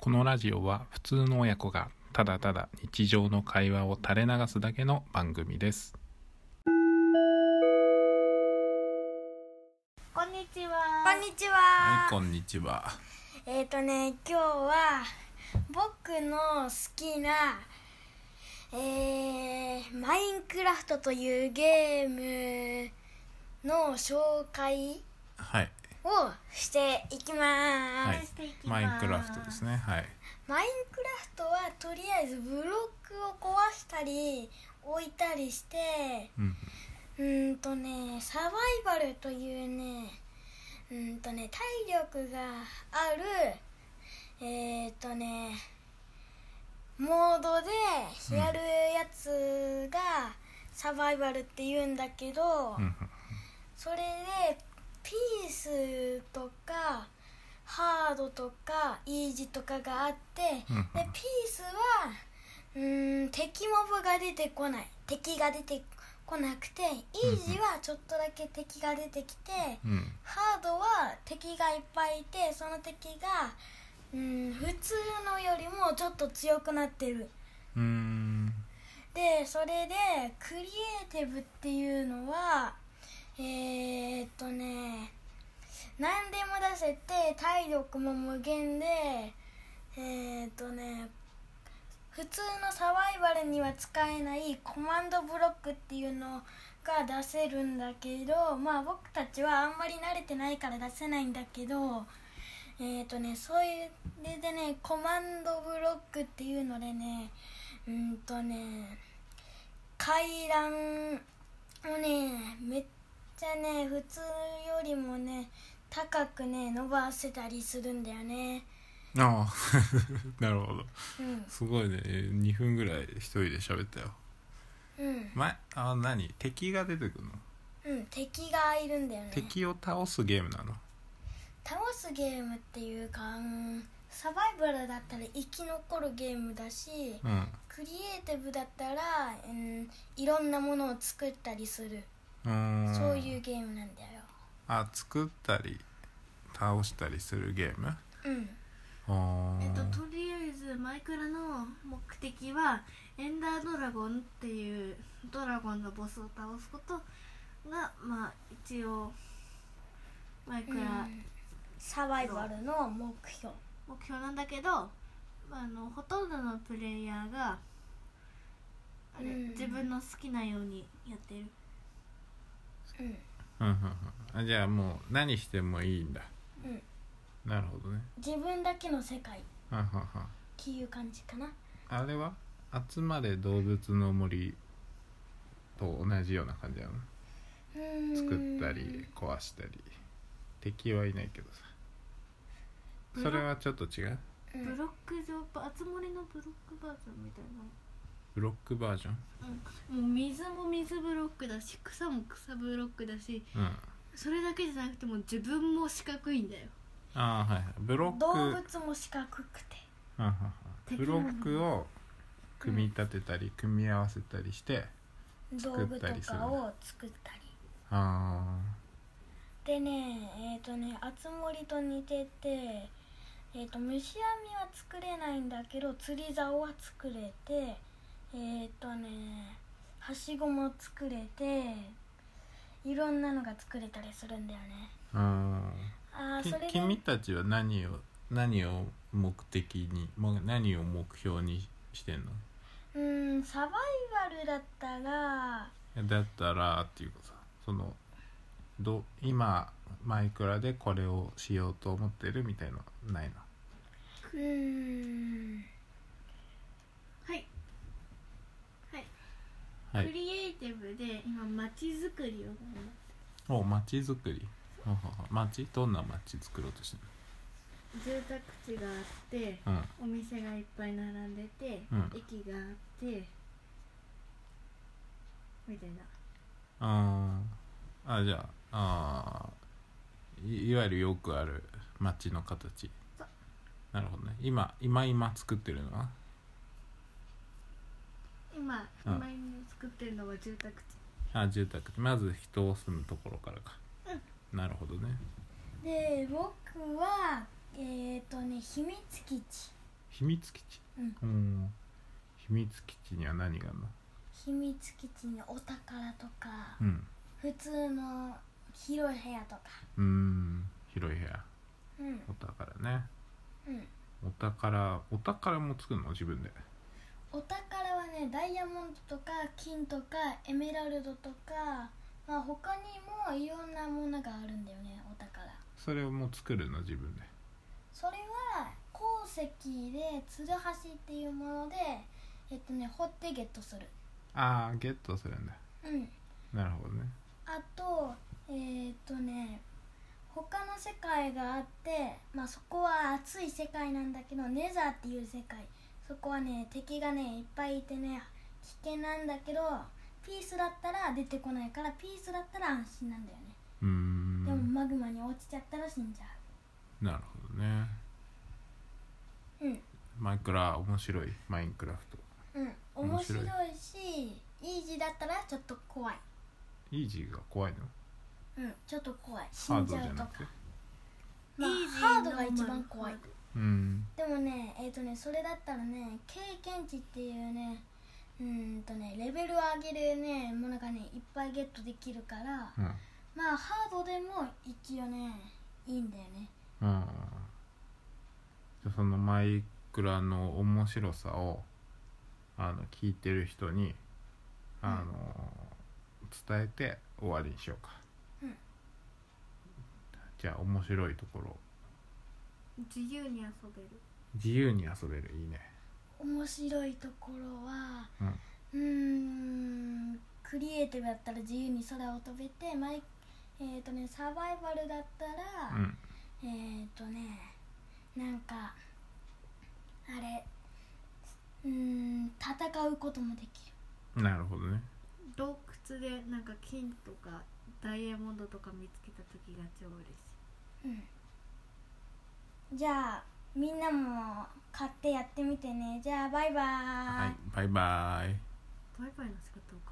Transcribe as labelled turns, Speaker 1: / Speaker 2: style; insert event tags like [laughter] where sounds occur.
Speaker 1: このラジオは普通の親子がただただ日常の会話を垂れ流すだけの番組です
Speaker 2: こんにちは。
Speaker 3: こんにちは。
Speaker 1: こんにちは
Speaker 3: えっ、とね、今日は僕の好きな、えーマインクラフトというゲームの紹介
Speaker 1: はい、
Speaker 3: をしていきます。
Speaker 1: はい
Speaker 2: していき、ま
Speaker 1: マ
Speaker 2: す
Speaker 1: インクラフトですねはい
Speaker 3: マインクラフトはとりあえずブロックを壊したり置いたりして、
Speaker 1: うん
Speaker 3: うーんとねサバイバルというねうーんとね体力があるえっ、ー、とねモードでやるやつがサバイバルって言うんだけど、
Speaker 1: うん
Speaker 3: それでピースとかハードとかイージとかがあって、
Speaker 1: うんうん
Speaker 3: でピースはうーん敵モブが出てこない敵が出てこなくてイージはちょっとだけ敵が出てきて、
Speaker 1: うん
Speaker 3: ハードは敵がいっぱいいてその敵がうーん普通のよりもちょっと強くなってる
Speaker 1: うーん
Speaker 3: でそれでクリエイティブっていうのはえー、っとね何でも出せて体力も無限でえー、っとね普通のサバイバルには使えないコマンドブロックっていうのが出せるんだけどまあ僕たちはあんまり慣れてないから出せないんだけどえー、とねそういうででねコマンドブロックっていうのでねうーんとね階段をねめっちゃね普通よりもね高くね伸ばせたりするんだよね
Speaker 1: あ [laughs] あなるほど
Speaker 3: うん
Speaker 1: すごいね2分ぐらい一人で喋ったよ
Speaker 3: うん
Speaker 1: 前あ何敵が出てくるの、
Speaker 3: うん敵がいるんだよね
Speaker 1: 敵を倒すゲームなの
Speaker 3: 倒すゲームっていうか、うんサバイバルだったら生き残るゲームだし
Speaker 1: うん
Speaker 3: クリエイティブだったら、うん、いろんなものを作ったりする
Speaker 1: うーん
Speaker 3: そういうゲームなんだよ
Speaker 1: あ作ったり倒したりするゲームあ
Speaker 3: うん
Speaker 1: あ
Speaker 2: えっと、とりあえずマイクラの目的はエンダードラゴンっていうドラゴンのボスを倒すことがまあ一応マイクラ
Speaker 3: サバイバルの目標
Speaker 2: 目標なんだけど、まあ、あのほとんどのプレイヤーがあれ、
Speaker 3: うん
Speaker 2: 自分の好きなようにやってる
Speaker 3: うん
Speaker 1: うんうんうんあじゃあもう何してもいいんだ
Speaker 3: うん
Speaker 1: なるほどね
Speaker 3: 自分だけの世界っ
Speaker 1: うんうんうん
Speaker 3: ていう感じかな
Speaker 1: あれは集まれ動物の森と同じような感じなの
Speaker 3: うーん
Speaker 1: 作ったり壊したり敵はいないけどさそれはちょっと違う
Speaker 2: ブ
Speaker 3: うん
Speaker 2: ロック上あつ森のブロックバージョンみたいな
Speaker 1: ブロックバージョン
Speaker 2: もう水も水ブロックだし草も草ブロックだし
Speaker 1: うん
Speaker 2: それだけじゃなくても自分も四角いんだよ
Speaker 1: ああはいはいブロック
Speaker 3: 動物も四角くて
Speaker 1: うんうんうんブロックを組み立てたり組み合わせたりして、
Speaker 3: 道
Speaker 1: 作っ
Speaker 3: 具と
Speaker 1: たりする
Speaker 3: かを作ったり
Speaker 1: あ
Speaker 3: でねえっ、とねあつ森と似ててえっ、と虫網は作れないんだけど釣り竿は作れてえっ、とねはしごも作れていろんなのが作れたりするんだよね
Speaker 1: ーあー
Speaker 3: あーそれで
Speaker 1: き君たちは何を何を目的にも何を目標にしてんの
Speaker 3: うーんサバイバルだったら
Speaker 1: だったらっていうかさそのど今マイクラでこれをしようと思ってるみたいのないの
Speaker 3: うーん
Speaker 2: はいはい、
Speaker 1: は
Speaker 2: ク
Speaker 1: い
Speaker 2: リエイティブで今街づくりを頑
Speaker 1: お街づくりほうほうほう街どんな街作ろうとしてる
Speaker 2: 張って住宅地があって
Speaker 1: の
Speaker 2: お店がいっぱい並んでて、
Speaker 1: うん
Speaker 2: 駅があってみたい
Speaker 1: うん
Speaker 2: な
Speaker 1: あーあじゃああーいいわゆるよくある街の形
Speaker 2: そう
Speaker 1: なるほどね今今今作ってるのは
Speaker 2: 今
Speaker 1: うん
Speaker 2: 今作ってるのは住宅地
Speaker 1: あ住宅地まず人を住むところからか、なるほどね
Speaker 3: で僕はえっ、とね秘密基地
Speaker 1: 秘密基地
Speaker 3: うん
Speaker 1: うん秘密基地には何があるの
Speaker 3: 秘密基地にお宝とか、
Speaker 1: うん
Speaker 3: 普通の広い部屋とか
Speaker 1: うーん広い部屋
Speaker 3: うん
Speaker 1: お宝ね
Speaker 3: うん
Speaker 1: お宝お宝も作るの自分で
Speaker 3: お宝はねダイヤモンドとか金とかエメラルドとかまあ他にもいろんなものがあるんだよねお宝
Speaker 1: それをもう作るの自分で
Speaker 3: それは鉱石でツルハシっていうものでえっとね掘ってゲットする
Speaker 1: ああゲットするんだ
Speaker 3: うん
Speaker 1: なるほどね
Speaker 3: あとえーっとね他の世界があってまあそこは暑い世界なんだけどネザーっていう世界そこはね敵がねいっぱいいてね危険なんだけどピースだったら出てこないからピースだったら安心なんだよね、
Speaker 1: うー
Speaker 3: でも
Speaker 1: ん
Speaker 3: マグマに落ちちゃったら死んじゃ
Speaker 1: なるほどね
Speaker 3: ううん
Speaker 1: マイクラ面白いマインクラフト
Speaker 3: うん面
Speaker 1: 面白
Speaker 3: 白
Speaker 1: い
Speaker 3: いしイージーだったらちょっと怖い
Speaker 1: イージーが怖いの
Speaker 3: うんちょっと怖い死
Speaker 1: ハー
Speaker 3: ん
Speaker 1: ド
Speaker 3: じ
Speaker 1: じゃ
Speaker 3: ゃうと
Speaker 1: な
Speaker 3: か
Speaker 1: くて
Speaker 3: まあ
Speaker 2: イージー
Speaker 3: ハードが一番怖い
Speaker 2: ノーマ
Speaker 1: うん
Speaker 3: でもねえっ、とねそれだったらね経験値っていうねうーんとねレベルを上げるねものがねいっぱいゲットできるから
Speaker 1: うん
Speaker 3: まあハードでも一応ねいいんだよね
Speaker 1: うんじゃあそのマイクラの面白さをあの聞いてる人にあの、伝えて終わりにしようか、
Speaker 3: うん
Speaker 1: じゃあ面白いところ
Speaker 2: 自由に遊べる
Speaker 1: 自由に遊べるいいね
Speaker 3: 面白いところは
Speaker 1: うん
Speaker 3: うーんクリエイティブだったら自由に空を飛べてマイえっ、とねサバイバルだったら、
Speaker 1: うん
Speaker 3: えっ、とねなんかあれうーん戦うこともできる
Speaker 1: なるほどね
Speaker 2: 洞窟でなんか金とかダイヤモンドとか見つけた時が超嬉し
Speaker 3: うんじゃあみんなも買ってやってみてねじゃあバイバーイ、
Speaker 1: はいバイバイ
Speaker 2: いバイバイの仕方おかしい